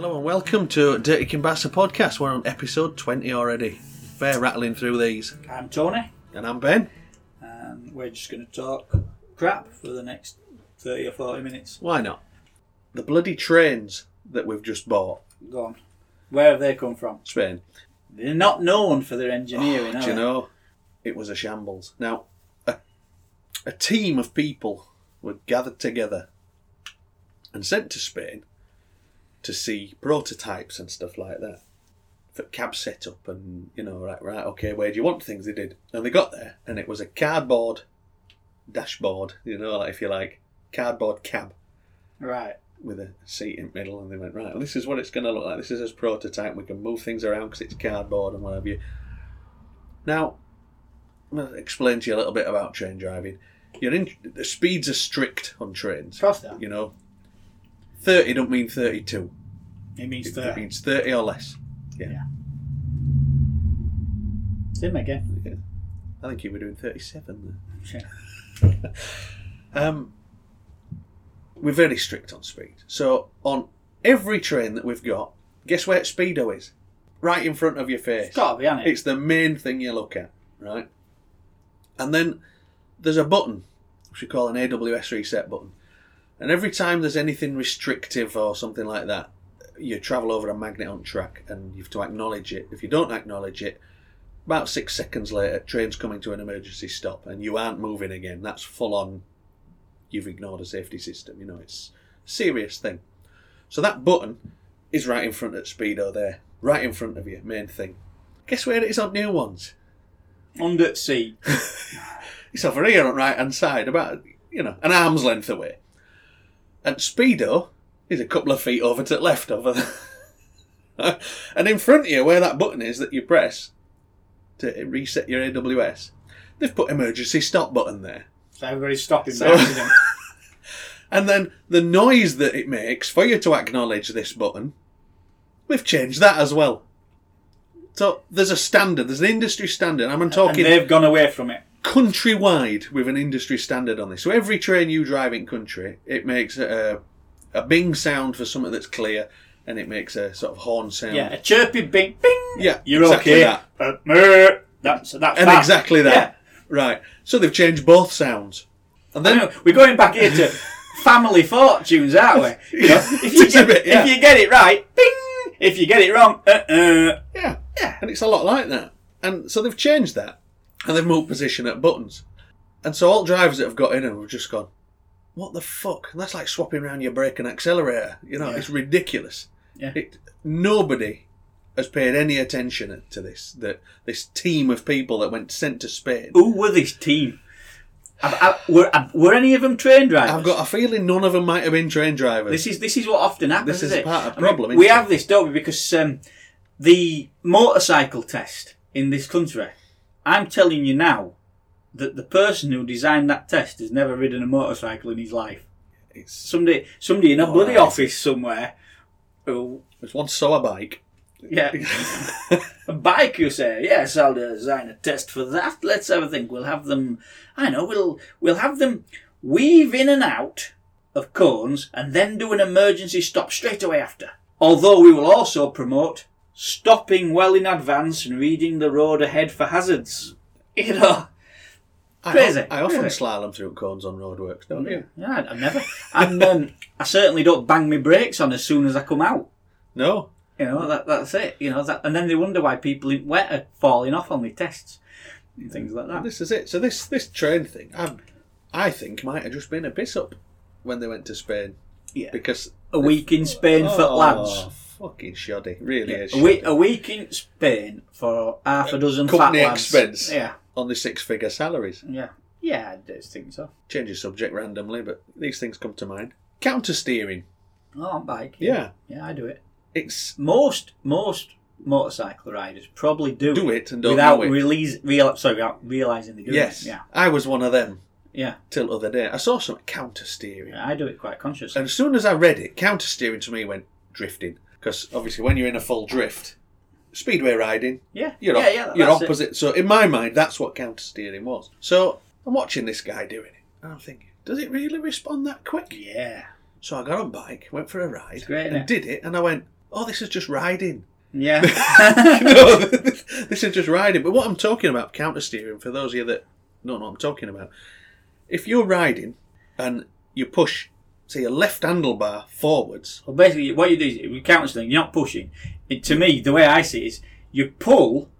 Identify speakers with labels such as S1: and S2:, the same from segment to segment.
S1: Welcome to Dirty Kimbassa podcast. We're on episode 20 already. Fair rattling through these.
S2: I'm Tony,
S1: And I'm Ben.
S2: and we're just going to talk crap for the next 30 or 40 minutes.
S1: Why not? The bloody trains that we've just bought,
S2: Go on. Where have they come from?
S1: Spain.
S2: They're not known for their engineering,
S1: Oh, Do
S2: are
S1: you
S2: they?
S1: know? It was a shambles. Now, a, a team of people were gathered together and sent to Spain to see prototypes and stuff like that for cab setup and you know right right okay where do you want things they did and they got there and it was a cardboard dashboard you know like if you like cardboard cab
S2: Right.
S1: with a seat in the middle, and they went right. This is what it's going to look like. This is as prototype. We can move things around because it's cardboard and what have you. Now, I'm going to explain to you a little bit about train driving. You're in the speeds are strict on trains.
S2: Cross that.
S1: You know, thirty don't mean thirty-two.
S2: It means
S1: It
S2: 30.
S1: means thirty or less.
S2: It's him again.
S1: I think you were doing thirty-seven. There.
S2: Shit.
S1: Um, we're very strict on speed. So on every train that we've got, guess where speedo is? Right in front of your face.
S2: It's got to be, hasn't it?
S1: It's the main thing you look at, right? And then there's a button, which we call an AWS reset button. And every time there's anything restrictive or something like that, you travel over a magnet on track and you have to acknowledge it. If you don't acknowledge it, about six seconds later, train's coming to an emergency stop and you aren't moving again. That's full on, you've ignored a safety system. You know, it's a serious thing. So that button is right in front of Speedo there, right in front of you, main thing. Guess where it is on new ones?
S2: Under at sea.
S1: It's over here on right hand side, about you know, an arm's length away. And Speedo is a couple of feet over to the left over there. and in front of you where that button is that you press to reset your AWS, they've put emergency stop button there.
S2: So everybody's stopping
S1: So-
S2: by accident.
S1: And then the noise that it makes for you to acknowledge this button, we've changed that as well. So there's a standard, there's an industry standard. I'm
S2: And
S1: talking
S2: they've gone away from it.
S1: countrywide with an industry standard on this. So every train you drive in country, it makes a, a bing sound for something that's clear, and it makes a sort of horn sound.
S2: Yeah, a chirpy bing, bing.
S1: Yeah,
S2: You're
S1: exactly
S2: okay.
S1: that.
S2: Uh, mer. that's, that's
S1: and
S2: that.
S1: exactly
S2: Ah, Yeah.
S1: that. Right. So they've changed both sounds, and
S2: I
S1: then
S2: know, we're going back here to family fortunes, aren't we? You know, if, you
S1: It's a
S2: get,
S1: bit, yeah.
S2: if you get it right, bing. If you get it wrong, uh, uh.
S1: yeah, yeah, and it's a lot like that. And so they've changed that, and they've moved position at buttons, and so all drivers that have got in and have just gone, what the fuck? And that's like swapping around your brake and accelerator. You know,
S2: Yeah.
S1: it's ridiculous.
S2: Yeah.
S1: It, nobody has paid any attention to this. That this team of people that went sent to Spain.
S2: Who were this team? I've, I, were, I, were any of them train drivers?
S1: I've got a feeling none of them might have been train drivers.
S2: This is this is what often happens.
S1: This is
S2: isn't it?
S1: part of the
S2: I mean,
S1: problem,
S2: we
S1: isn't
S2: have this, don't we? Because um, the motorcycle test in this country, I'm telling you now, that the person who designed that test has never ridden a motorcycle in his life.
S1: it's,
S2: Somebody, somebody in a bloody
S1: Alright.
S2: office somewhere, who
S1: it's one saw a bike.
S2: yeah. A bike, you say? Yes, I'll design a test for that. Let's have a think. We'll have them. I know. We'll we'll have them weave in and out of cones, and then do an emergency stop straight away after. Although we will also promote stopping well in advance and reading the road ahead for hazards. You know.
S1: I,
S2: Crazy,
S1: I often
S2: crazy.
S1: slalom through cones on roadworks, don't you?
S2: Yeah, I- I've never. And um, I certainly don't bang my brakes on as soon as I come out.
S1: No.
S2: You know, that, that's it. You know, that, and then they wonder why people in wet are falling off on the tests and things like that.
S1: This is it. So this this train thing, I, I think, might have just been a piss up when they went to Spain.
S2: Yeah.
S1: Because
S2: A week in Spain for
S1: oh,
S2: lads.
S1: fucking shoddy, really is.
S2: A week,
S1: shoddy.
S2: a week in Spain for half a dozen
S1: Company
S2: fat lads.
S1: expense.
S2: Yeah,
S1: Only six figure salaries.
S2: yeah, yeah. I just think so.
S1: Change the subject randomly, but these things come to mind. Counter steering.
S2: Oh, on bike.
S1: Yeah.
S2: yeah, I do it.
S1: It's
S2: Most most motorcycle riders probably do,
S1: do it and don't
S2: without
S1: know it.
S2: release real sorry without realizing they do
S1: yes.
S2: it. Yeah,
S1: I was one of them
S2: yeah,
S1: till other day. I saw some counter steering.
S2: yeah. I do it quite consciously.
S1: And as soon as I read it, counter steering to me went drifting. Because obviously, when you're in a full drift, speedway riding,
S2: yeah,
S1: you're,
S2: yeah,
S1: op-
S2: yeah.
S1: you're
S2: that's it.
S1: opposite. So, in my mind, that's what counter steering was. So, I'm watching this guy doing it. And I'm thinking, does it really respond that quick?
S2: Yeah,
S1: So I got on bike, went for a ride,
S2: It's great,
S1: and
S2: innit?
S1: did it, and I went, oh, this is just riding.
S2: Yeah.
S1: no, this is just riding. But what I'm talking about, counter steering, for those of you that don't know what I'm talking about, if you're riding and you push, say, your left handlebar forwards,
S2: Well, basically, what you do is with counter steering, you're not pushing. It, to me, the way I see it is you pull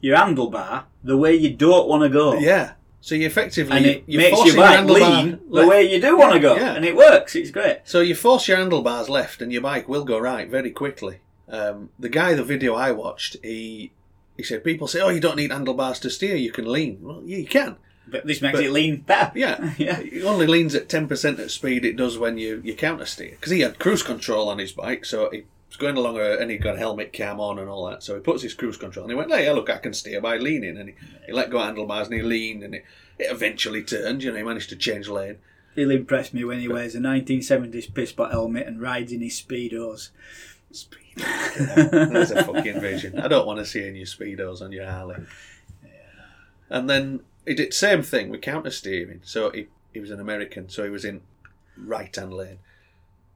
S2: your handlebar the way you don't want to go.
S1: yeah. So you effectively
S2: Oh. And it
S1: you're
S2: makes your
S1: forcing
S2: bike
S1: your handlebar
S2: lean the
S1: left.
S2: way you do want to go.
S1: Yeah.
S2: And it works. It's great.
S1: So you force your handlebars left, and your bike will go right very quickly. Um, the guy, the video I watched, he he said people say, "Oh, you don't need handlebars to steer; you can lean." Well, yeah, you can.
S2: But this makes
S1: But-
S2: it lean better.
S1: Yeah,
S2: Yeah.
S1: It only leans at ten percent at speed it does when you you counter steer because he had cruise control on his bike, so he was going along a, and he got a helmet cam on and all that. So he puts his cruise control and he went, "Hey, look, I can steer by leaning," and he, he let go of handlebars and he leaned and it, it eventually turned. You know, he managed to change lane.
S2: He'll impress me when he wears a 1970s piss pot helmet and rides in his speedos.
S1: Speed. There's a fucking vision. I don't want to see any speedos on your Harley. And then he did same thing with counter steering. So he, he was an American, so he was in right hand lane,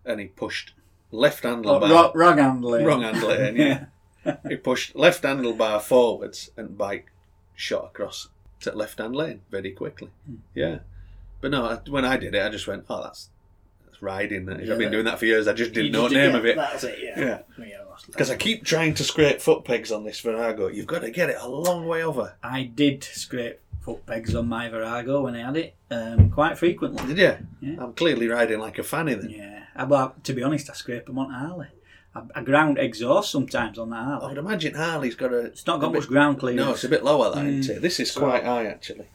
S1: and he pushed left
S2: Oh,
S1: handlebar
S2: ro- wrong handling.
S1: wrong hand lane. Yeah, he pushed left handlebar forwards and bike shot across to left hand lane very quickly.
S2: Hmm.
S1: Yeah, but no, I, when I did it, I just went, oh, that's that's riding. That is.
S2: Yeah,
S1: I've been
S2: that-
S1: doing that for years. I just
S2: You
S1: didn't know
S2: just-
S1: the name
S2: yeah,
S1: of it.
S2: That's it, yeah.
S1: Yeah.
S2: Yeah, that's-
S1: Because I keep trying to scrape foot pegs on this Virago. You've got to get it a long way over.
S2: I did scrape foot pegs on my Virago when I had it um, quite frequently.
S1: Did you?
S2: Yeah.
S1: I'm clearly riding like a fanny then.
S2: Yeah, I- well, to be honest, I scrape them on Harley. I, I ground exhaust sometimes on the
S1: I
S2: Harley.
S1: would imagine Harley's got a.
S2: It's not got
S1: a bit-
S2: much ground clearance.
S1: Oh. No, it's a bit lower, that,
S2: Mm.
S1: isn't it? This is quite high, actually.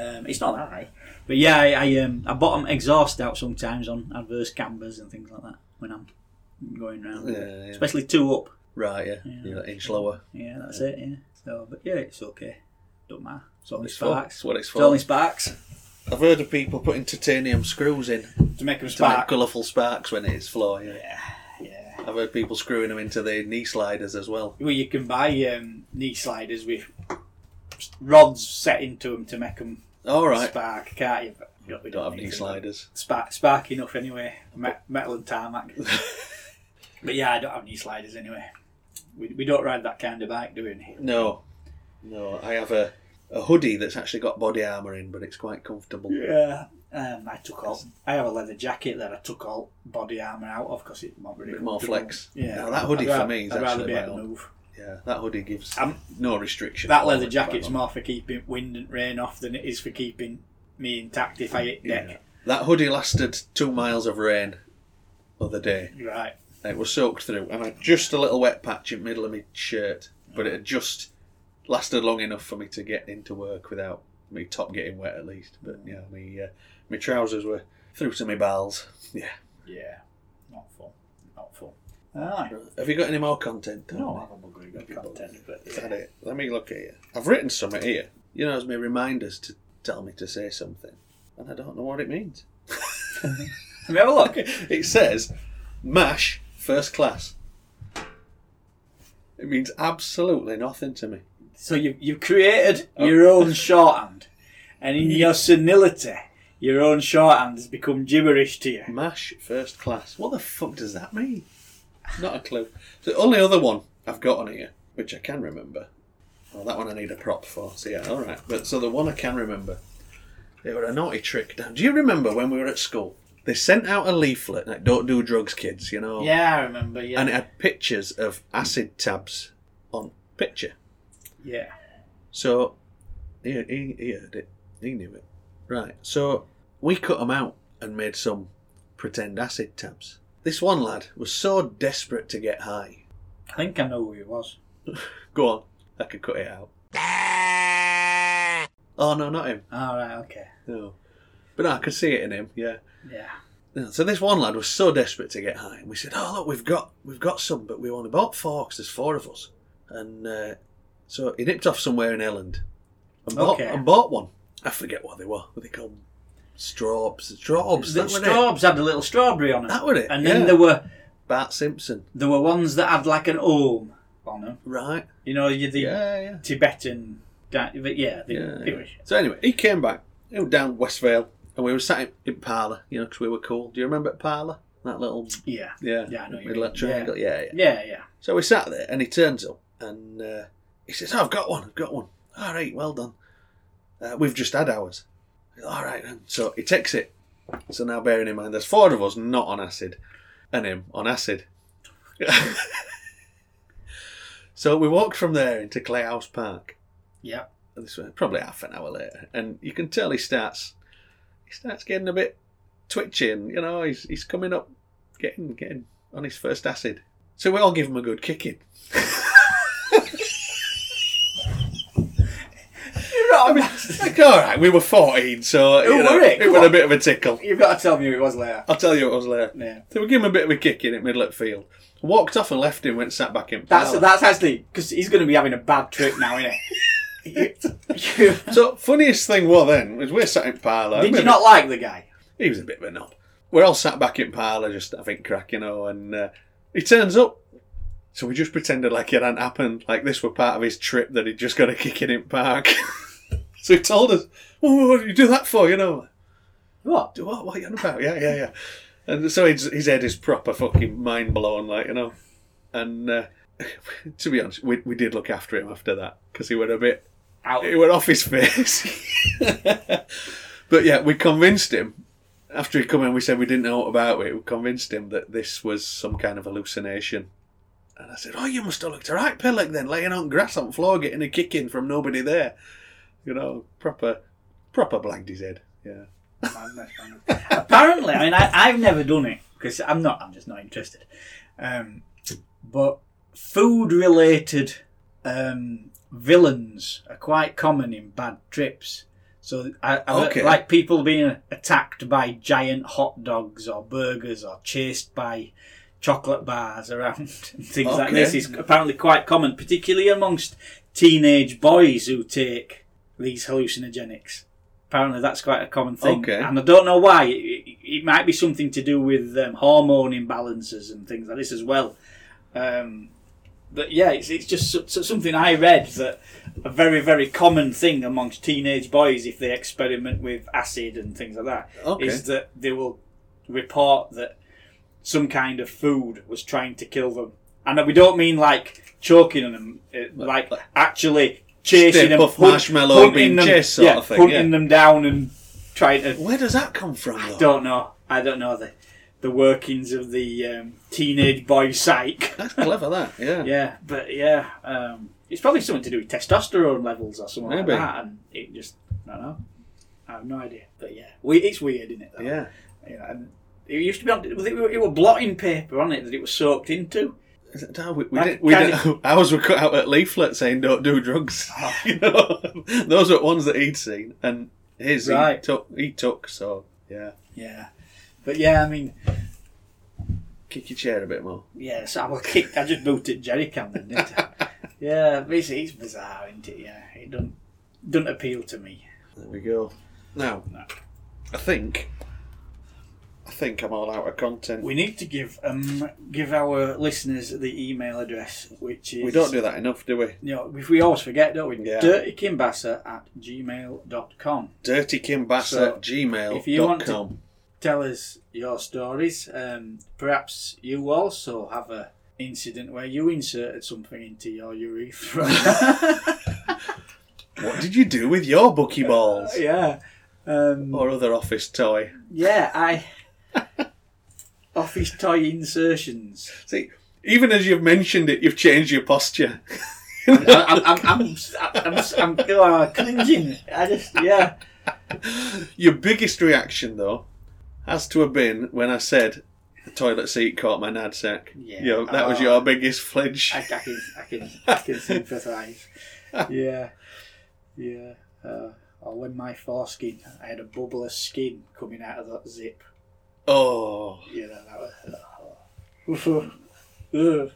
S2: um, it's not that high. But yeah, I I, um, I bottom exhaust out sometimes on adverse cambers and things like that when I'm going round. with it.
S1: Yeah, yeah.
S2: Especially two up.
S1: Right, yeah. You're an inch lower.
S2: Yeah, that's it. Yeah. So, but yeah, it's okay. Don't matter. It's only
S1: It's for-
S2: sparks.
S1: it's what it's
S2: It's only
S1: for.
S2: sparks
S1: I've heard of people putting titanium screws in
S2: to make
S1: to
S2: them
S1: make
S2: spark.
S1: colourful sparks when it hits floor. Yeah.
S2: yeah.
S1: I've heard people screwing them into their knee sliders as well.
S2: Well, you can buy um, knee sliders with rods set into them to make them
S1: All right.
S2: spark, can't you? But we
S1: Don't have
S2: need
S1: knee
S2: to.
S1: sliders.
S2: Spark, spark enough anyway. Me- metal and tarmac. but yeah, I don't have knee sliders anyway. We, we don't ride that kind of bike, do we?
S1: No. No, I have a, a hoodie that's actually got body armour in, but it's quite comfortable.
S2: Yeah. Um, I took all. I have a leather jacket that I took all body armour out of because it's not really
S1: Bit more
S2: comfortable.
S1: flex.
S2: Yeah.
S1: No, that hoodie
S2: I'd
S1: for
S2: ra-
S1: me is
S2: I'd rather
S1: actually
S2: be
S1: my
S2: able to
S1: own.
S2: move.
S1: Yeah, that hoodie gives
S2: Um,
S1: no restriction.
S2: That leather jacket's more for keeping wind and rain off than it is for keeping me intact if I hit
S1: Yeah.
S2: deck.
S1: That hoodie lasted two miles of rain the other day.
S2: Right.
S1: It was soaked through, and I had just a little wet patch in the middle of my shirt, but it had just lasted long enough for me to get into work without my top getting wet at least. But yeah, my uh, my trousers were through to my balls. Yeah.
S2: Yeah. Not full. Not full. Aye.
S1: Have you got any more content?
S2: No, I have a bugger good content, but
S1: Is that it? Let me look at you. I've written something here. You know, as my reminders to tell me to say something, and I don't know what it means.
S2: Let me have a look.
S1: It says, "Mash first class." It means absolutely nothing to me.
S2: So you you created your
S1: Oh.
S2: own shorthand, and in your senility, your own shorthand has become gibberish to you.
S1: Mash first class. What the fuck does that mean? Not a clue. The only other one I've got on here, which I can remember. Oh, that one I need a prop for. So yeah, all right. But so the one I can remember, it were a naughty trick. Now, do you remember when we were at school? They sent out a leaflet like "Don't do drugs, kids," you know,
S2: Yeah, I remember. Yeah,
S1: Oh. and it had pictures of acid tabs on picture.
S2: yeah.
S1: So he, he, he heard it. He knew it. Right. So we cut them out and made some pretend acid tabs. This one lad was so desperate to get high.
S2: I think I know who he was.
S1: Go on. I could cut it out. Oh, no, not him.
S2: All right, okay.
S1: No. But no, I could see it in him, yeah.
S2: Yeah,
S1: No, So this one lad was so desperate to get high, and we said, "Oh look, we've got we've got some, but we only bought four 'cause there's four of us." And uh, so he nipped off somewhere in Elland and bought
S2: Okay.
S1: and bought one. I forget what they were. Were they called straws? Straws.
S2: the
S1: That were it.
S2: straws had a little strawberry on it.
S1: That were it,
S2: And then
S1: yeah.
S2: there were
S1: Bart Simpson,
S2: there were ones that had like an ohm on them.
S1: right?
S2: You know, you the
S1: Yeah, yeah.
S2: Tibetan. di- But yeah, the
S1: Yeah, yeah.
S2: gibberish.
S1: So anyway, he came back. He was down Westvale, and we were sat in, in parlour, you know, 'cause we were cool. Do you remember parlour? That little
S2: Yeah.
S1: yeah,
S2: Yeah, I know what you
S1: middle
S2: mean.
S1: triangle. Yeah. yeah,
S2: Yeah, yeah.
S1: So we sat there, and he turns up, and uh, he says, oh, "I've got one. I've got one. All right, well done. Uh, we've just had ours. All right then." So he takes it. So now, bearing in mind, there's four of us not on acid, and him on acid. so we walked from there into Clayhouse Park.
S2: Yeah.
S1: And This was probably half an hour later, and you can tell he starts. He starts getting a bit twitchy, and you know he's he's coming up, getting getting on his first acid. So we all give him a good kicking.
S2: You're not a
S1: Like, all right, we were 14, so
S2: Who
S1: you know,
S2: Oh, were it?
S1: it
S2: Come
S1: was
S2: on.
S1: a bit of a tickle.
S2: You've got to tell me who it was later.
S1: I'll tell you what was later.
S2: Yeah.
S1: So we give him a bit of a kick in at Midlet Field. Walked off and left him, went sat back in.
S2: That's
S1: power.
S2: that's actually because he's going to be having a bad trip now, isn't he? you,
S1: So, funniest thing was then, was we're sat in parlour.
S2: did you
S1: Midlet-
S2: not like the guy?
S1: He was a bit of a knob. We're all sat back in parlour, just having crack, you know, and uh, he turns up. So we just pretended like it hadn't happened, like this were part of his trip that he'd just got a kick in in park. so he told us, well, what did you do that for, you know?
S2: What?
S1: do what? What are you on about? Yeah, yeah, yeah. And so his, his head is proper fucking mind blown, like, you know. And uh, to be honest, we, we did look after him after that because he went a bit,
S2: Out.
S1: he went off his face. but yeah, we convinced him after he come in. We said we didn't know what about it. We convinced him that this was some kind of hallucination. And I said, "Oh, you must have looked alright, Pillock, then laying on grass on floor, getting a kick in from nobody there." You know, proper, proper blanked his head. Yeah.
S2: Apparently, I mean, I, I've never done it because I'm not. I'm just not interested. Um, but food-related um, villains are quite common in bad trips. So, I, I
S1: Okay.
S2: like people being attacked by giant hot dogs or burgers or chased by chocolate bars around and things like
S1: Okay.
S2: this is apparently quite common, particularly amongst teenage boys who take these hallucinogenics. Apparently, that's quite a common thing,
S1: Okay.
S2: and I don't know why. It, it, it might be something to do with um, hormone imbalances and things like this as well. Um, but yeah, it's, it's just so, so something I read that a very very common thing amongst teenage boys if they experiment with acid and things like that is
S1: Okay.
S2: that they will report that some kind of food was trying to kill them, and we don't mean like choking on them, uh, like,
S1: like-
S2: actually chasing
S1: Stay
S2: them,
S1: puff
S2: hunt-
S1: marshmallow
S2: hunting
S1: being
S2: them,
S1: chased sort
S2: yeah,
S1: of thing,
S2: hunting
S1: yeah.
S2: them down and trying to
S1: Where does that come from, though?
S2: don't know. I don't know the the workings of the um, teenage boy psyche.
S1: That's clever, that. Yeah.
S2: yeah, but yeah, um, it's probably something to do with testosterone levels or something
S1: Maybe.
S2: like that. And it just, I don't know. I have no idea. But yeah, we, it's weird, isn't it? Though?
S1: Yeah.
S2: You know, and it used to be on. It was- it were blotting paper on it that it was soaked into.
S1: Is it- no, we, we
S2: Like,
S1: didn't, we
S2: can
S1: didn't, ours were cut out at leaflet saying don't do drugs.
S2: Ah.
S1: you know, those were ones that he'd seen, and his he
S2: Right.
S1: took. He took. So yeah,
S2: Yeah. But yeah, I mean,
S1: kick your chair a bit more.
S2: yeah, so I will kick. I just booted Jerry can then, didn't I? yeah, but it's, it's bizarre, isn't it? Yeah, it doesn't doesn't appeal to me.
S1: There we go. Now,
S2: No.
S1: I think, I think I'm all out of content. We,
S2: We need to give um give our listeners the email address, which is
S1: don't do that enough, do we?
S2: you know, if we always forget, don't we?
S1: Yeah.
S2: Dirtykimbasser at gmail.com.
S1: Dirtykimbass
S2: So,
S1: at gmail
S2: if you want to-
S1: dot com.
S2: Tell us your stories. Um, perhaps you also have a incident where you inserted something into your urethra.
S1: What did you do with your
S2: Uh,
S1: bucky balls
S2: yeah. Um,
S1: or other office toy?
S2: yeah, I. Office toy insertions.
S1: See, even as you've mentioned it, you've changed your posture.
S2: I'm, I'm, I'm, I'm, I'm, I'm oh, cringing. I just, yeah.
S1: Your biggest reaction, though, has to have been when I said the toilet seat caught my nad sack.
S2: Yeah.
S1: Your- that was
S2: Oh.
S1: your biggest flinch.
S2: I, I can, I can, I can sympathise. Yeah, yeah. Uh, or when my foreskin, I had a bubble of skin coming out of that zip.
S1: Oh,
S2: You know that was. Ugh. uh,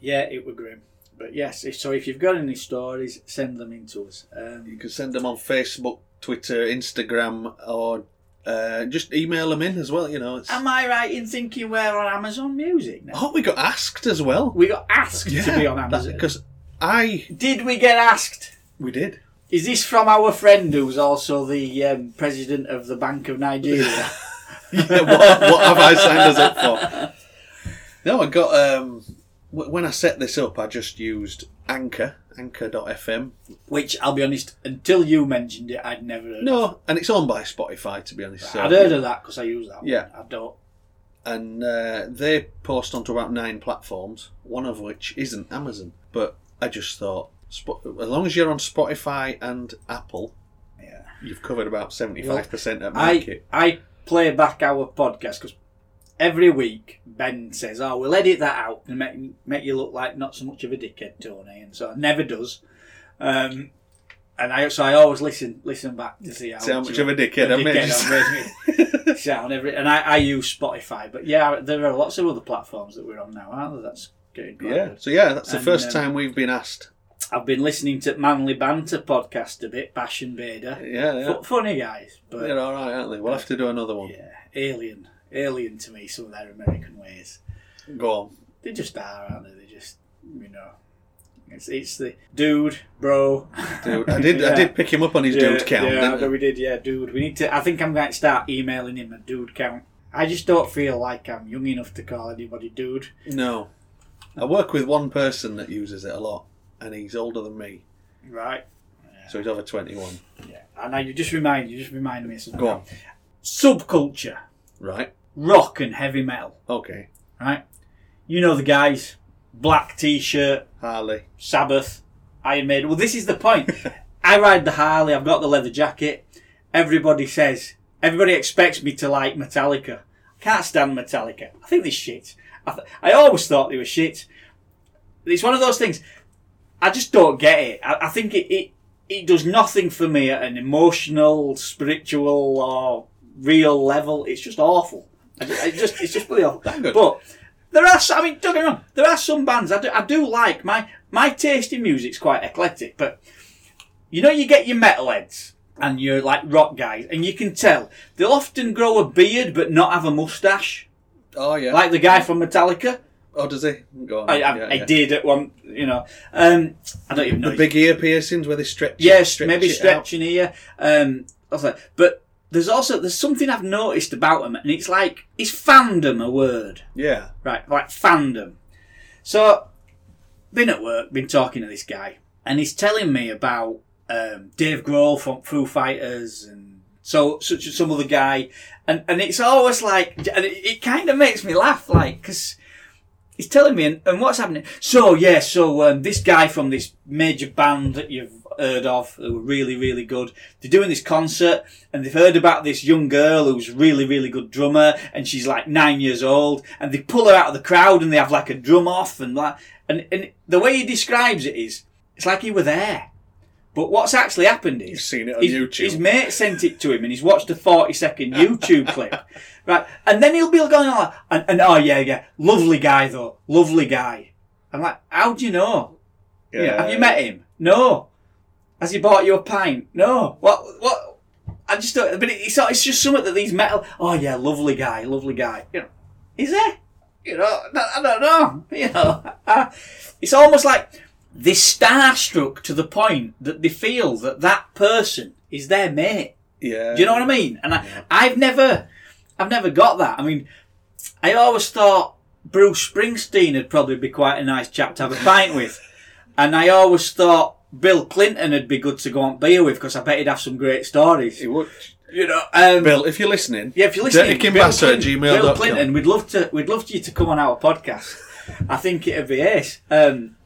S2: yeah, it were grim. But yes, if, so if you've got any stories, send them in to us. Um,
S1: you can send them on Facebook, Twitter, Instagram, or uh, just email them in as well. You know, it's... I
S2: am I right in thinking we're on Amazon Music now?
S1: hope we got asked as well.
S2: We got asked to be on Amazon.
S1: because I
S2: Did we get asked?
S1: we did.
S2: Is this from our friend who's also the um, president of the Bank of Nigeria?
S1: Yeah, what, what have I signed us up for? No, I got. Um, wh- when I set this up, I just used Anchor, anchor.fm.
S2: Which I'll be honest, until you mentioned it, I'd never heard. of.
S1: No, and it's owned by Spotify, to be honest. So,
S2: I'd heard of that because I use that.
S1: Yeah.
S2: one. I don't.
S1: And uh, they post onto about nine platforms, one of which isn't Amazon. But I just thought, Spo- as long as you're on Spotify and Apple,
S2: Yeah.
S1: you've covevered about 75% of the
S2: I
S1: market.
S2: I play back our podcast because every week Ben says, "Oh, we'll edit that out and make make you look like not so much of a dickhead, Tony." And so it never does. Um, and I so I always listen listen back to see how,
S1: See how much of a dickhead I
S2: dickhead
S1: missed.
S2: I've made me sound every. And I, I use Spotify, but yeah, there are lots of other platforms that we're on now, aren't there? That's getting quite
S1: Yeah.
S2: good.
S1: So, yeah, that's the
S2: And,
S1: first
S2: um,
S1: time we've been asked.
S2: I've been listening to Manly Banter podcast a bit, Bash and Bader.
S1: Yeah, yeah.
S2: Fu- funny guys, but
S1: They're all right, aren't they? We'll have to do another one.
S2: Yeah, alien, alien to me. Some of their American ways.
S1: Go on.
S2: They just are, aren't they? They just, you know, it's it's the dude, bro.
S1: Dude, I did. I
S2: Yeah.
S1: did pick him up on his
S2: Yeah,
S1: dude count.
S2: Yeah, I
S1: didn't
S2: know
S1: I?
S2: we did. Yeah, dude. We need to. I think I'm going to start emailing him a dude count. I just don't feel like I'm young enough to call anybody dude.
S1: No, I work with one person that uses it a lot, and he's older than me,
S2: Right.
S1: so he's over twenty-one.
S2: Yeah. And now you just remind you just reminded me of something.
S1: Go on.
S2: Subculture,
S1: Right.
S2: rock and heavy metal.
S1: Okay.
S2: Right. You know the guys, black t-shirt,
S1: Harley.
S2: Sabbath, Iron Maiden. Well, this is the point. I ride the Harley. I've got the leather jacket. Everybody says, everybody expects me to like Metallica. I can't stand Metallica. I think they're shit. I, th- I always thought they were shit. It's one of those things. I just don't get it. I, I think it, it it does nothing for me at an emotional, spiritual, or real level. It's just awful. I ju- I just, it's just bloody awful.
S1: good.
S2: But there are, some, I mean, don't get me wrong. There are some bands I do, I do like. My my taste in music's quite eclectic, but you know, you get your metalheads and you're like rock guys, and you can tell they'll often grow a beard but not have a mustache,
S1: Oh yeah.
S2: like the guy from Metallica.
S1: oh, does he? Go on.
S2: I, I,
S1: yeah,
S2: I
S1: yeah.
S2: did at one, you know. Um, I don't even know.
S1: The big ear piercings where they stretch. it-
S2: Yes,
S1: stretch
S2: maybe
S1: it
S2: stretching here. Um, I was like, but there's also there's something I've noticed about them, and it's like is fandom a word,
S1: out. Yeah.
S2: right? Like fandom. So, been at work, been talking to this guy, and he's telling me about um, Dave Grohl from Foo Fighters and so such as some other guy, and and it's always like, and it, it kind of makes me laugh, like because he's telling me, and, and what's happening? So yeah, so um, this guy from this major band that you've heard of, who were really really good, they're doing this concert, and they've heard about this young girl who's really really good drummer, and she's like nine years old, and they pull her out of the crowd, and they have like a drum off, and like, and and the way he describes it is, it's like he were there. But what's actually happened is
S1: You've seen it on
S2: his,
S1: YouTube.
S2: his mate sent it to him, and he's watched a forty-second YouTube clip, right? And then he'll be going on, and, and oh yeah, yeah, lovely guy though, lovely guy. I'm like, how do you know?
S1: Yeah.
S2: Have you met him? No. Has he bought you a pint? No. What? What? I just don't. But it's, it's just something that these metal. Oh yeah, lovely guy, lovely guy. You know, is he? You know, I I don't know. You know, Uh, it's almost like they're starstruck to the point that they feel that that person is their mate.
S1: Yeah.
S2: Do you know what I mean? And I, I've never, I've never got that. I mean, I always thought Bruce Springsteen would probably be quite a nice chap to have a pint with, and I always thought Bill Clinton would be good to go on beer with because I bet he'd have some great stories.
S1: It would.
S2: You know, um,
S1: Bill, if you're listening.
S2: yeah, if you're listening,
S1: Dirty
S2: Bill
S1: Kimbasser at
S2: Clinton-
S1: gmail
S2: Bill
S1: dot com.
S2: Clinton, we'd love to, we'd love you to come on our podcast. I think it'd be ace. Um,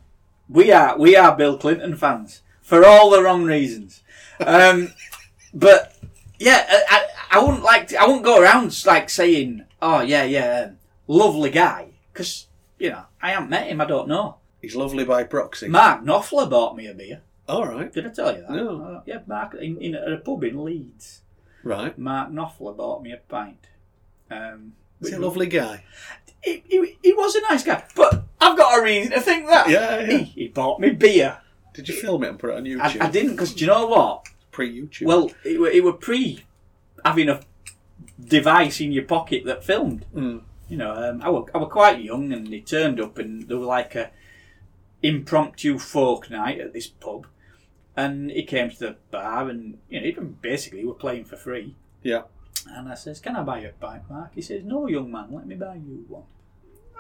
S2: we are, we are Bill Clinton fans for all the wrong reasons. Um, but yeah, I, I, I wouldn't like, to, I wouldn't go around like saying, "Oh yeah, yeah, um, lovely guy," because you know I haven't met him. I don't know.
S1: He's lovely by proxy.
S2: Mark Knopfler bought me a beer.
S1: all right.
S2: Did I tell you that?
S1: No.
S2: Uh, yeah, Mark in, in at a pub in Leeds.
S1: Right.
S2: Mark Knopfler bought me a pint. Um,
S1: He's a
S2: which-
S1: lovely guy.
S2: he, he, he was a nice guy, but I've got a reason to think that.
S1: Yeah.
S2: He,
S1: yeah.
S2: he bought me beer.
S1: Did you film it and put it on
S2: I,
S1: YouTube?
S2: I didn't because do you know what?
S1: Pre YouTube.
S2: Well, it were, it were pre having a device in your pocket that filmed.
S1: Mm.
S2: You know, um, I, were, I were quite young and he turned up and there were like a impromptu folk night at this pub. And he came to the bar and, you know, he basically were playing for free.
S1: Yeah.
S2: And I says, Can I buy you a pipe, Mark? He says, No, young man, let me buy you one.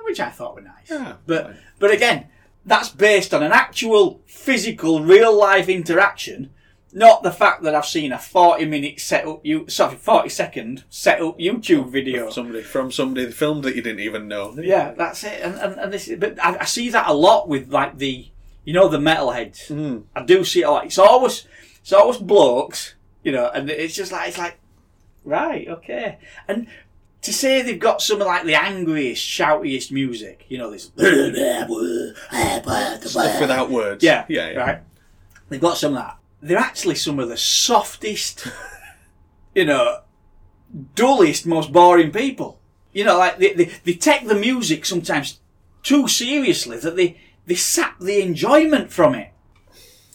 S2: Which I thought were nice.
S1: Yeah,
S2: but
S1: fine.
S2: but again, that's based on an actual physical real life interaction, not the fact that I've seen a forty minute setup you sorry, forty second setup YouTube video.
S1: Somebody from somebody filmed that you didn't even know.
S2: Yeah, that's it. And and, and this, is- but I, I see that a lot with like the, you know, the metalheads. Mm. I do see it a lot. It's always, it's always blokes, you know, and it's just like it's like, right, okay. And to say they've got some of like the angriest, shoutiest music, you know, this
S1: Stuff without words.
S2: yeah,
S1: Yeah. yeah.
S2: right. They've got some of that. They're actually some of the softest, you know, dullest, most boring people. You know, like they, they, they take the music sometimes too seriously that they, they sap the enjoyment from it.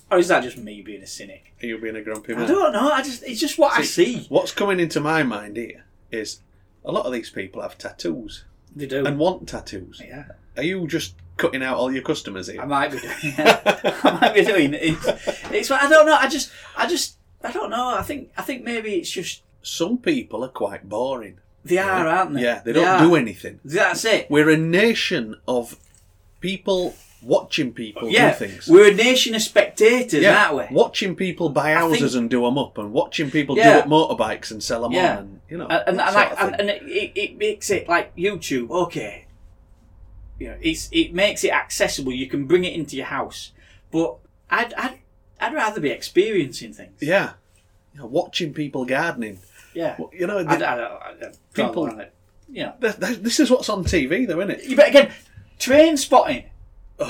S2: Or is that just me being a cynic?
S1: Are you being a grumpy
S2: I
S1: man?
S2: don't know. I just it's just what I see.
S1: What's coming into my mind here is a lot of these people have tattoos
S2: They do.
S1: and want tattoos.
S2: yeah,
S1: Are you just cutting out all your customers here?
S2: I might be doing. I might be doing. It's, it's. I don't know. I just. I just. I don't know. I think. I think maybe it's just
S1: Some people are quite boring.
S2: they are, aren't they?
S1: Yeah, they don't do anything.
S2: That's it.
S1: We're a nation of people watching people
S2: yeah,
S1: do things.
S2: we're a nation of spectators, aren't we?
S1: watching people buy houses and do them up, and watching people
S2: Yeah.
S1: do up motorbikes and sell them
S2: Yeah.
S1: on, and you know,
S2: And and,
S1: that
S2: and,
S1: sort
S2: like,
S1: of
S2: and,
S1: thing.
S2: and it, it, it makes it like YouTube. Okay, you know, it's it makes it accessible. You can bring it into your house, but I'd I'd, I'd rather be experiencing things.
S1: yeah, You know, watching people gardening.
S2: Yeah,
S1: Well, You know,
S2: I, I,
S1: th-
S2: I, I,
S1: People-
S2: people. Yeah,
S1: th- th- this is what's on TV, though, isn't it?
S2: but again, train spotting. do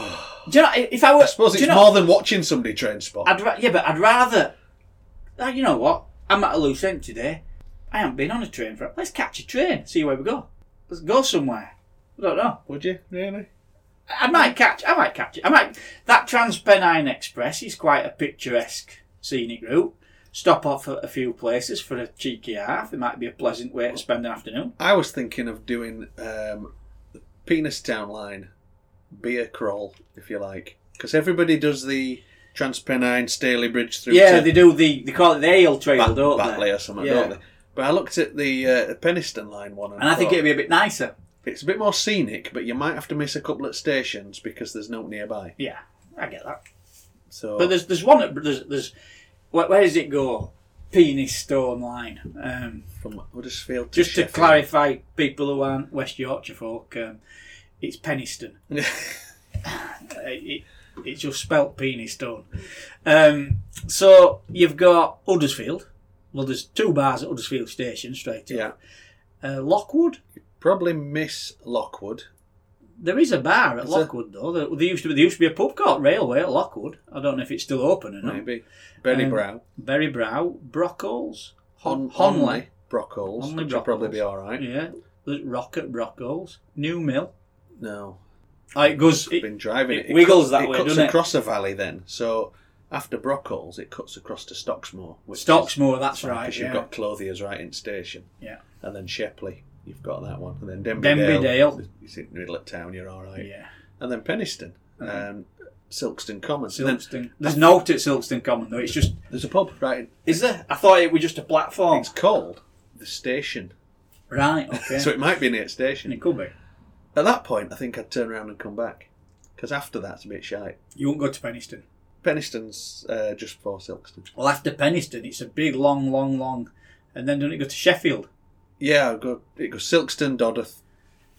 S2: you know if I were?
S1: I suppose it's
S2: do you know,
S1: more than watching somebody train spot.
S2: I'd ra- yeah, but I'd rather. Like, you know what? I'm at a loose end today. I haven't been on a train for. Let's catch a train. See where we go. Let's go somewhere. I don't know.
S1: Would you really?
S2: I might catch. I might catch it. I might. That Trans Pennine Express is quite a picturesque scenic route. Stop off at a few places for a cheeky half. It might be a pleasant way to spend an afternoon.
S1: I was thinking of doing um, the Penis Town line beer crawl, if you like, because everybody does the Transpennine Staley Bridge through.
S2: Yeah,
S1: to
S2: they do the. They call it the ale trail,
S1: Bat-
S2: don't
S1: Batley
S2: they?
S1: or something,
S2: Yeah.
S1: don't they? But I looked at the uh, Penistone line one, and,
S2: And I think
S1: thought,
S2: it'd be a bit nicer.
S1: it's a bit more scenic, but you might have to miss a couple of stations because there's no nearby.
S2: Yeah, I get that.
S1: So
S2: But there's there's one at, there's there's where, where does it go? Penis Stone Line. Um,
S1: from Huddersfield, to
S2: just to
S1: Sheffield.
S2: clarify, people who aren't West Yorkshire folk, um, it's Penniston. Uh, It, it's just spelt Penis Stone. Um, so you've got Huddersfield. Well, there's two bars at Huddersfield Station straight up.
S1: yeah,
S2: Uh, Lockwood.
S1: probably miss Lockwood.
S2: There is a bar at
S1: Is there?
S2: Lockwood though. There, there used to be there used to be a pub called Railway at Lockwood. I don't know if it's still open or not.
S1: Maybe Benny
S2: Um,
S1: Brow,
S2: Berry Brow, Brockles, Hon- Honley.
S1: Honley, Brockles,
S2: Honley
S1: which will probably
S2: Brockles.
S1: be all right.
S2: Yeah, there's Rocket Brockles, New Mill.
S1: No,
S2: Oh, it goes. It,
S1: been driving
S2: it
S1: it.
S2: wiggles that
S1: it
S2: way,
S1: cuts
S2: doesn't it?
S1: across a valley then. So after Brockles, it cuts across to Stocksmore. Which is
S2: Stocksmore, that's
S1: fine,
S2: right.
S1: Because
S2: Yeah.
S1: you've got Clothiers right in station.
S2: yeah,
S1: And then Shepley, you've got that one. And then Denby,
S2: Denby
S1: Dale.
S2: Dale.
S1: It's in the middle of town, you're all right.
S2: yeah. Uh-huh.
S1: And then Penniston, um, Silkstone Common. And then
S2: Silkstone. There's no at Silkstone Common though. It's just.
S1: there's a pub right in.
S2: Is there? I thought it was just a platform.
S1: It's called The Station.
S2: Right. Okay.
S1: So it might be near the
S2: And
S1: station.
S2: it could be.
S1: At that point, I think I'd turn around and come back. Because after that's a bit shy.
S2: You won't go to Penniston.
S1: Penniston's uh, just before Silkstone.
S2: Well, after Penniston, it's a big, long, long, long, and then don't it go to Sheffield?
S1: Yeah, I'll go, it goes Silkstone, Dodworth,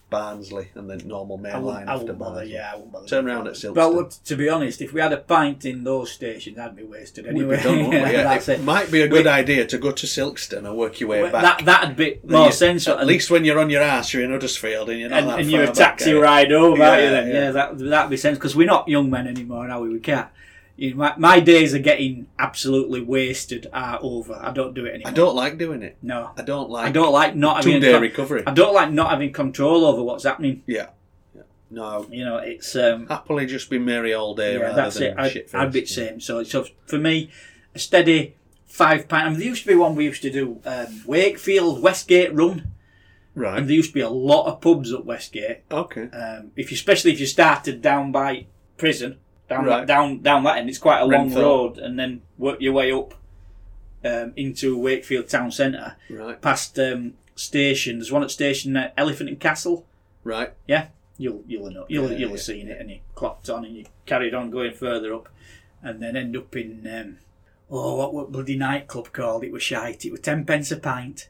S1: Barnsley, and then normal main
S2: I
S1: line
S2: won't, I
S1: after
S2: won't bother.
S1: Barnsley.
S2: Yeah, I won't bother.
S1: Turn round at Silkstone.
S2: But look, to be honest, if we had a pint in those stations, I'd be wasted
S1: We'd be
S2: anyway.
S1: done, wouldn't we? Yeah,
S2: that's
S1: it
S2: it.
S1: might be a good idea to go to Silkstone and work your way back.
S2: That that'd be
S1: Then
S2: more
S1: you-
S2: sensible.
S1: At least when you're on your ass, you're in Huddersfield and you're not
S2: and,
S1: that
S2: and
S1: far
S2: you're a
S1: back, eh?
S2: taxi
S1: are you?
S2: ride over,
S1: Yeah,
S2: aren't you then? Yeah,
S1: yeah.
S2: that that'd be sense because we're not young men anymore, are we? We can't. You know, my, my days are getting absolutely wasted. Are over. I don't do it anymore.
S1: I don't like doing it.
S2: No,
S1: I don't like
S2: I don't like not having.
S1: two-day
S2: con-
S1: recovery.
S2: I don't like not having control over what's happening.
S1: yeah. yeah. No, I'll
S2: You know, it's um.
S1: happily just be merry all day
S2: Yeah,
S1: rather
S2: that's
S1: than
S2: it. I'd,
S1: shit
S2: I'd be the same. So, so for me, a steady five pint. I mean, there used to be one we used to do um, Wakefield Westgate Run, and
S1: Right.
S2: there used to be a lot of pubs at Westgate.
S1: Okay.
S2: Um, if you, especially if you started down by prison, down
S1: Right.
S2: down down that end, it's quite a long
S1: Renthal.
S2: road, and then work your way up. um, into Wakefield town centre,
S1: Right.
S2: past um, station. There's one at station uh, Elephant and Castle.
S1: Right.
S2: Yeah, you'll you'll know you'll
S1: Yeah,
S2: you'll
S1: yeah,
S2: have seen it, and you clocked on and you carried on going further up, and then end up in um, oh what what bloody nightclub called it was shite. It was ten pence a pint.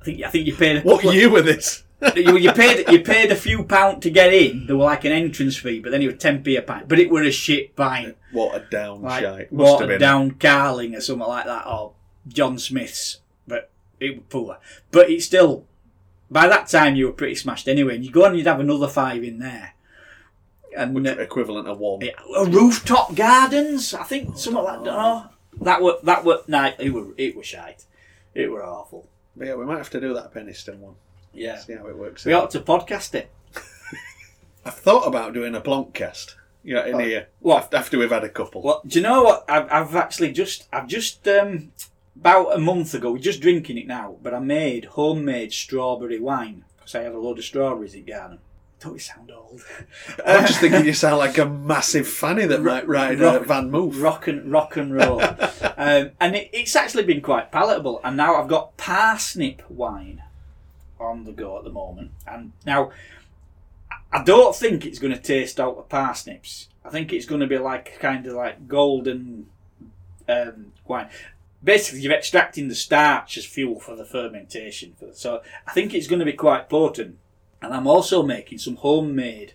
S2: I think I think you paid a
S1: What
S2: couple of-
S1: year were this?
S2: you, you paid you paid a few pound to get in. There were like an entrance fee, but then it was ten p a pint. But it were a shit pint,
S1: Watered down
S2: like
S1: shite. Must have
S2: watered
S1: been.
S2: down Carling or something like that, or John Smith's. But it was poor. But it still, by that time you were pretty smashed anyway. And you go on, you'd have another five in there, and uh,
S1: Equivalent of one.
S2: uh, rooftop gardens. I think something like that. Oh, that were that were night. It were it were shite. It were awful.
S1: But yeah, we might have to do that Penniston one.
S2: Yeah,
S1: See how it works.
S2: we
S1: out.
S2: ought to podcast it.
S1: I've thought about doing a Plonkcast. Yeah, in here.
S2: What?
S1: Af- After we've had a couple.
S2: Well, do you know what? I've, I've actually just, I've just, um, about a month ago, we're just drinking it now, but I made homemade strawberry wine because I had a load of strawberries in garden. Don't we sound old?
S1: I'm just thinking you sound like a massive fanny that might ride a
S2: rock-
S1: Van Moof.
S2: rock and rock and roll, um, and it, it's actually been quite palatable. And now I've got parsnip wine on the go at the moment. And now I- I don't think it's going to taste out of parsnips. I think it's going to be like kind of like golden um, wine. Basically, you're extracting the starch as fuel for the fermentation. For so I think it's going to be quite potent. And I'm also making some homemade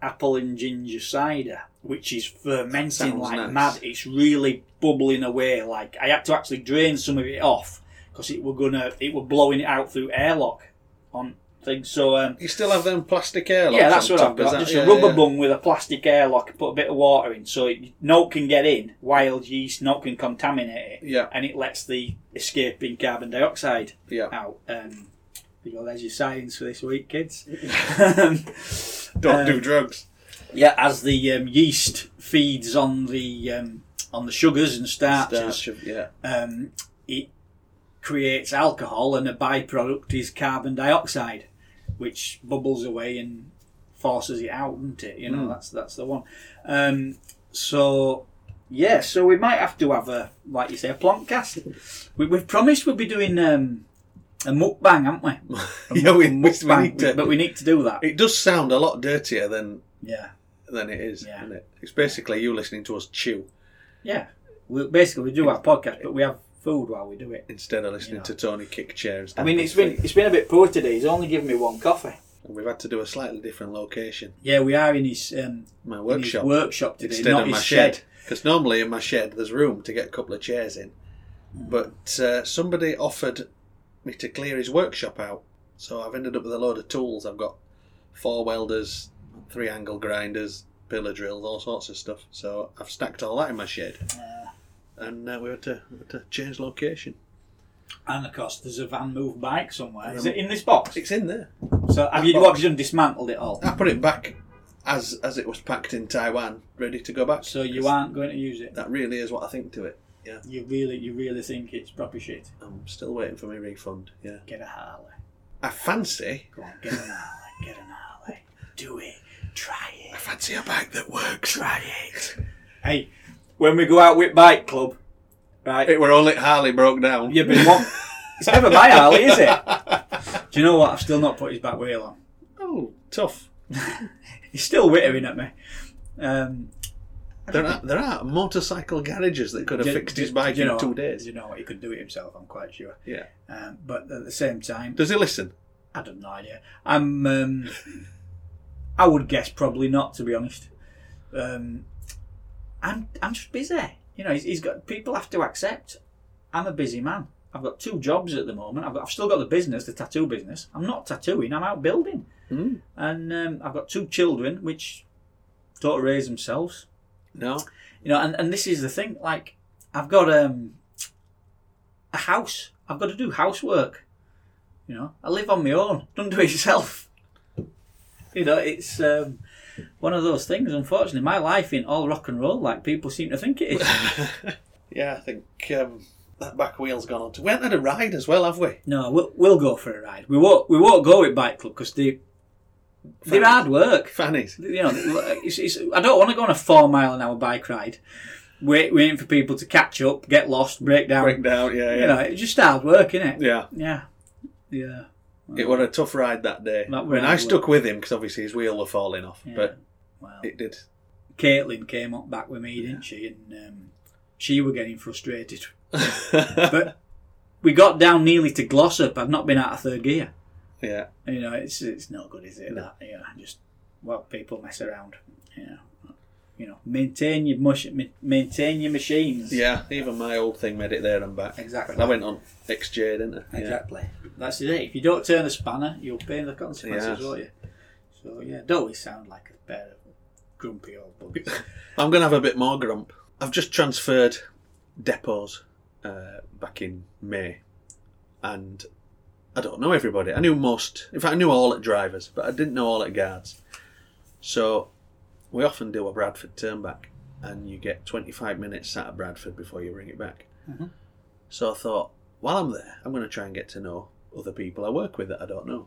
S2: apple and ginger cider, which is fermenting
S1: Sounds
S2: like
S1: nice.
S2: mad. It's really bubbling away. Like I had to actually drain some of it off because it were gonna it were blowing it out through airlock on things. So um,
S1: You still have them plastic airlocks?
S2: yeah, that's
S1: on
S2: what
S1: top,
S2: I've
S1: is
S2: got.
S1: that-
S2: Just
S1: yeah,
S2: a rubber
S1: yeah.
S2: bung with a plastic airlock, put a bit of water in so it, no can get in, wild yeast, no can contaminate it,
S1: Yeah,
S2: and it lets the escaping carbon dioxide
S1: yeah.
S2: out. Um, there you go, there's your science for this week, kids.
S1: Don't
S2: Um,
S1: do drugs.
S2: yeah, as the um, yeast feeds on the um, on the sugars and starches,
S1: Starch of- yeah.
S2: um, it creates alcohol, and a byproduct is carbon dioxide, which bubbles away and forces it out, isn't it? You know, that's that's the one. Um, so yeah, so we might have to have a like you say a plonk cast. We, we've promised we'll be doing um, a mukbang, haven't we?
S1: yeah, we, we, we
S2: Mukbang,
S1: need to.
S2: but we need to do that.
S1: It does sound a lot dirtier than
S2: Yeah,
S1: than it is,
S2: Yeah.
S1: isn't it? It's basically you listening to us chew
S2: yeah. We, basically, we do our podcast, but we have food while we do it.
S1: instead of listening
S2: Yeah.
S1: to Tony kick chairs.
S2: I mean, it's been it's been a bit poor today. He's only given me one coffee.
S1: And we've had to do a slightly different location.
S2: Yeah, we are in his um,
S1: My
S2: in his
S1: workshop.
S2: workshop today,
S1: instead
S2: not
S1: of
S2: his
S1: my shed. Because normally in my shed there's room to get a couple of chairs in. But uh, somebody offered me to clear his workshop out. So I've ended up with a load of tools. I've got four welders, three angle grinders, pillar drills, all sorts of stuff. So I've stacked all that in my shed. And uh, we had to, we had to change location.
S2: And of course, there's a van move bike somewhere. Is it in this box?
S1: It's in there.
S2: So have you
S1: box.
S2: what have you done? Dismantled it all.
S1: I put it back as as it was packed in Taiwan, ready to go back.
S2: So you aren't going to use it.
S1: That really is what I think to it. Yeah,
S2: You really, you really think it's proper shit.
S1: I'm still waiting for my refund. Yeah,
S2: Get a Harley.
S1: I fancy
S2: Go on, get an Harley. Get an Harley. Do it. Try it.
S1: fancy a bike that works.
S2: Try it. Hey, when we go out with bike club, right?
S1: It were only Harley broke down.
S2: You've been what? It's never my Harley, is it? Do you know what? I've still not put his back wheel on.
S1: Oh, tough.
S2: He's still whittering at me. Um,
S1: There are there are motorcycle garages that could have
S2: do-
S1: fixed
S2: do-
S1: his bike
S2: do you
S1: in
S2: know-
S1: two
S2: do
S1: days.
S2: You know, what? he could do it himself. I'm quite sure.
S1: Yeah.
S2: Um, but at the same time,
S1: Does he listen?
S2: I don't know idea. I'm. Um, I would guess probably not. To be honest, um, I'm. I'm just busy. You know, he's, he's got people have to accept. I'm a busy man. I've got two jobs at the moment. I've, got, I've still got the business, the tattoo business. I'm not tattooing. I'm out building,
S1: Hmm.
S2: and um, I've got two children which don't raise themselves
S1: No.
S2: you know and, and this is the thing like i've got um a house i've got to do housework you know i live on my own don't do it yourself you know it's um one of those things unfortunately my life ain't all rock and roll like people seem to think it is
S1: Yeah, I think um, that back wheel's gone on. To, we haven't had a ride as well, have we?
S2: no we'll, we'll go for a ride we won't we won't go with bike club because they they're hard work
S1: Fanny's.
S2: you know it's, it's, i don't want to go on a four mile an hour bike ride wait, waiting for people to catch up, get lost, break down.
S1: Breakdown, yeah, yeah.
S2: You know, it's just hard work, innit?
S1: yeah.
S2: Yeah. Yeah.
S1: It was a tough ride that day.
S2: That
S1: I mean,
S2: really
S1: I
S2: was.
S1: stuck with him because obviously his wheel were falling off,
S2: yeah.
S1: but
S2: well,
S1: it did.
S2: Caitlin came up back with me, didn't she? And um, she were getting frustrated. But we got down nearly to Glossop. I've not been out of third gear.
S1: yeah,
S2: You know, it's it's not good, is it?
S1: No.
S2: That you know, just well, people mess around. You know, you know, maintain your mush, ma- maintain your machines.
S1: yeah. Even my old thing made it there and back.
S2: Exactly.
S1: I went on XJ, didn't I? Yeah.
S2: Exactly. That's it. If you don't turn the spanner, you'll pay the consequences,
S1: Yes.
S2: won't you? So yeah, don't we sound like a pair of grumpy old buggers?
S1: I'm going to have a bit more grump. I've just transferred depots uh, back in May, and I don't know everybody. I knew most, in fact, I knew all at drivers, but I didn't know all at guards. So we often do a Bradford turn back, and you get 25 minutes sat at Bradford before you ring it back.
S2: Mhm.
S1: So I thought, while I'm there, I'm going to try and get to know other people I work with that I don't know.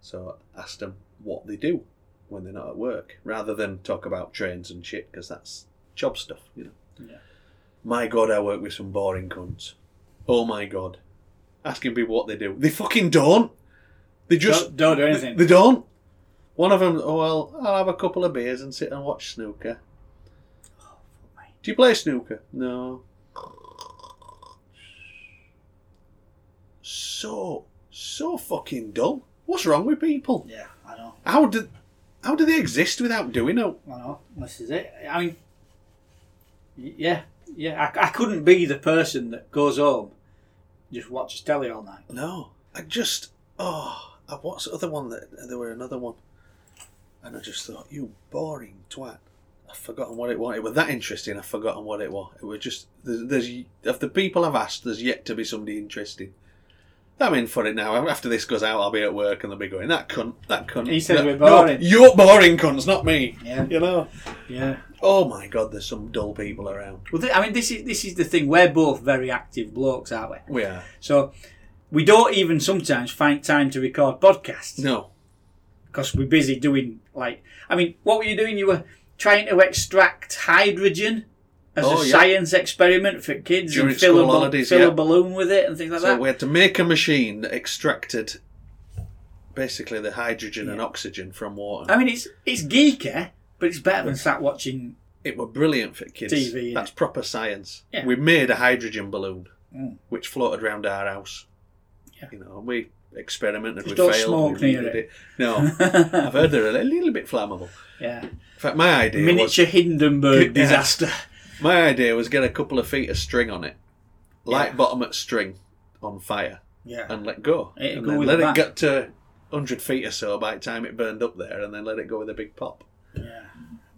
S1: So I asked them what they do when they're not at work, rather than talk about trains and shit, because that's job stuff, you know.
S2: Yeah.
S1: My God, I work with some boring cunts. Oh my God. Asking people what they do. They fucking don't. They just,
S2: don't, don't do anything.
S1: they don't. One of them, oh, well, I'll have a couple of beers and sit and watch snooker. Do you play snooker? No. So, so fucking dull. What's wrong with people?
S2: yeah, I know.
S1: How do, how do they exist without doing it?
S2: I know. This is it. I mean, y- yeah, yeah. I, I couldn't be the person that goes home, just watches telly all night.
S1: No, I just oh, I, what's the other one that there were another one, and I just thought you boring twat. I've forgotten what it was. It was that interesting. I've forgotten what it was. It was just there's, there's of the people I've asked, there's yet to be somebody interesting. I'm in for it now. After this goes out, I'll be at work and they'll be going that cunt, that cunt.
S2: He said
S1: that-
S2: we're boring.
S1: No, you're boring, cunts, not me.
S2: Yeah,
S1: You know.
S2: yeah.
S1: Oh my god, there's some dull people around.
S2: Well, th- I mean, this is this is the thing. We're both very active blokes, aren't we?
S1: We are
S2: So we don't even sometimes find time to record podcasts.
S1: no.
S2: because we're busy doing like I mean, what were you doing? You were trying to extract hydrogen as
S1: Oh,
S2: a
S1: yeah.
S2: science experiment for kids
S1: During
S2: and fill, a,
S1: school
S2: bal-
S1: holidays,
S2: fill
S1: yeah.
S2: a balloon with it and things like
S1: So
S2: that.
S1: we had to make a machine that extracted basically the hydrogen and oxygen from water.
S2: I mean, it's it's geeky, but it's better than sat watching.
S1: It were brilliant for kids.
S2: TV, yeah.
S1: That's proper science.
S2: Yeah.
S1: We made a hydrogen balloon
S2: Mm.
S1: which floated round our house.
S2: Yeah.
S1: You know, and we experimented,
S2: Just
S1: we
S2: don't
S1: failed.
S2: smoke
S1: we
S2: near
S1: needed
S2: it.
S1: No. I've heard they're a li- little bit flammable.
S2: yeah,
S1: In fact my idea was
S2: miniature Hindenburg
S1: Yeah.
S2: disaster.
S1: my idea was get a couple of feet of string on it. Light
S2: Yeah.
S1: bottom at string on fire.
S2: Yeah,
S1: and let go.
S2: It'd
S1: and
S2: go
S1: then
S2: with
S1: let
S2: the
S1: it
S2: back.
S1: get to 100 feet or so by the time it burned up there, and then let it go with a big pop.
S2: yeah.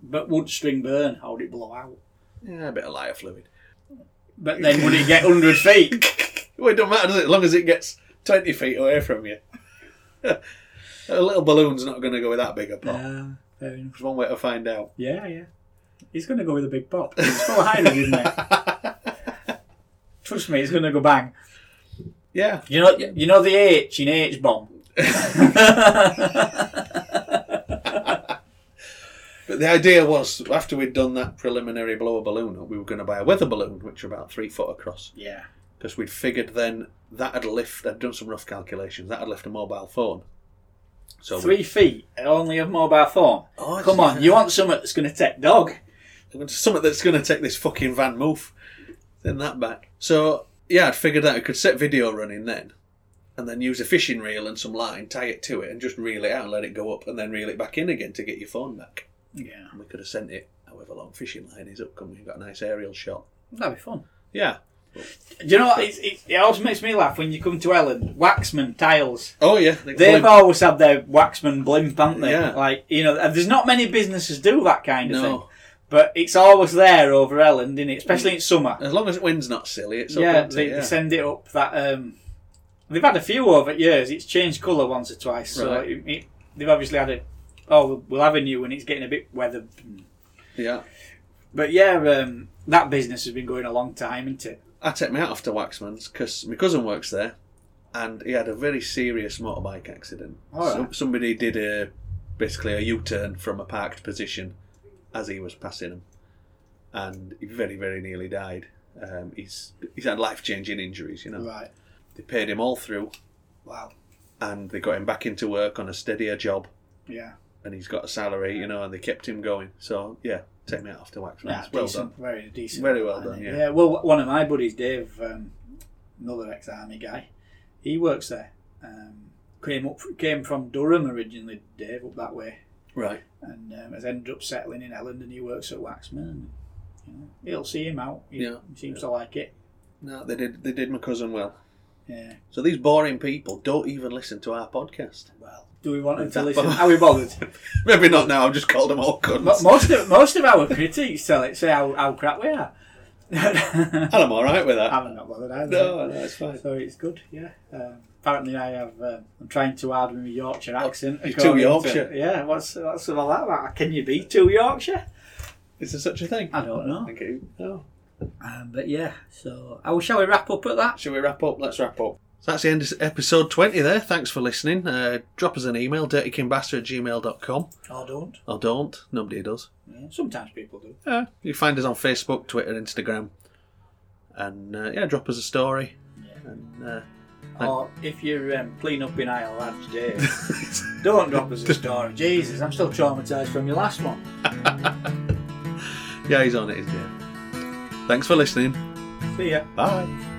S2: But would string burn? How would it blow out?
S1: Yeah, a bit of lighter fluid.
S2: But then would it get hundred feet?
S1: Well, it don't matter, does it? As long as it gets 20 feet away from you. a little balloon's not going to go with that big a pop.
S2: Yeah, fair enough.
S1: There's one way to find out.
S2: Yeah, yeah. He's going to go with a big pop. It's full of hydrogen, mate. Trust me, it's going to go bang.
S1: Yeah.
S2: You know, you know the H in H bomb.
S1: But the idea was, after we'd done that preliminary blow a balloon up, we were going to buy a weather balloon, which were about three foot across.
S2: Yeah,
S1: because we'd figured then that'd lift. I'd done some rough calculations. That'd lift a mobile phone. So
S2: three feet and only a mobile phone.
S1: Oh,
S2: Come on, you want something that's going to take dog?
S1: we, something that's going to take this fucking van move, then that back. So yeah, I'd figured out I could set video running then, and then use a fishing reel and some line, tie it to it, and just reel it out and let it go up, and then reel it back in again to get your phone back.
S2: Yeah,
S1: And we could have sent it however long fishing line is up, and we got a nice aerial shot.
S2: that'd be fun.
S1: Yeah.
S2: Do you know what? It's, it, it always makes me laugh when you come to Ellen Waxman Tiles.
S1: Oh yeah. the
S2: They've
S1: blimp.
S2: always had their Waxman blimp, haven't they?
S1: Yeah.
S2: Like you know, and there's not many businesses do that kind of
S1: No.
S2: thing, but it's always there over Ellen, isn't it? Especially in summer.
S1: As long as the wind's not silly, it's
S2: yeah,
S1: Up, isn't
S2: they,
S1: it?
S2: they send it up that. Um, they've had a few over years. It's changed colour once or twice, so
S1: Right.
S2: it, it, they've obviously had a. Oh, we'll have a new one. It's getting a bit weathered,
S1: yeah.
S2: but yeah, um, that business has been going a long time, isn't it?
S1: I took me out after Waxman's because my cousin works there, and he had a very serious motorbike accident.
S2: All right.
S1: Some- somebody did a basically a U-turn from a parked position as he was passing him, and he very, very nearly died. Um, he's he's had life changing injuries, you know.
S2: Right.
S1: They paid him all through,
S2: Wow.
S1: and they got him back into work on a steadier job,
S2: Yeah.
S1: and he's got a salary, you know, and they kept him going. So yeah, take me out after wax.
S2: Nah,
S1: Nah, well done.
S2: decent, Very decent.
S1: Very well
S2: Like,
S1: done, yeah.
S2: Well, one of my buddies, Dave, um, another ex-army guy, he works there. Um, came up, came from Durham originally, Dave, up that way,
S1: Right.
S2: and um, has ended up settling in Elland, and he works at Waxman. And, you know, he'll see him out. He
S1: Yeah.
S2: seems to like it.
S1: No, they did. They did my cousin well.
S2: Yeah.
S1: So these boring people don't even listen to our podcast.
S2: Well, do we want him to
S1: That-
S2: listen? Are we bothered?
S1: Maybe not now. I've just called them all
S2: Mo-
S1: cunts.
S2: most of most of our critics tell it say how, how crap we are. I'm
S1: and I'm all right with that.
S2: not bothered either.
S1: no, no, it's fine.
S2: So it's good, yeah. Um, apparently, I have. Um, I'm trying too hard with my Yorkshire accent.
S1: Oh, you're too
S2: according to-
S1: Yorkshire.
S2: yeah. What's what's all that about? Can you be too Yorkshire?
S1: Is there such a thing?
S2: I don't know.
S1: Thank you. No.
S2: Um, but yeah. So, how shall we wrap up at that?
S1: Shall we wrap up? Let's wrap up. So that's the end of episode 20 there. Thanks for listening. Uh, drop us an email, dirtykimbaster at gmail.com.
S2: Or don't.
S1: Or don't. Nobody does.
S2: Yeah. Sometimes people do.
S1: Yeah. You find us on Facebook, Twitter, Instagram. And uh, yeah, drop us a story. And, uh, Thank-
S2: Or if you're um, clean up in Isle Lads, Dave, don't drop us a story. Jesus, I'm still traumatised from your last one.
S1: yeah, he's on it, isn't he? Thanks for listening.
S2: See ya.
S1: Bye.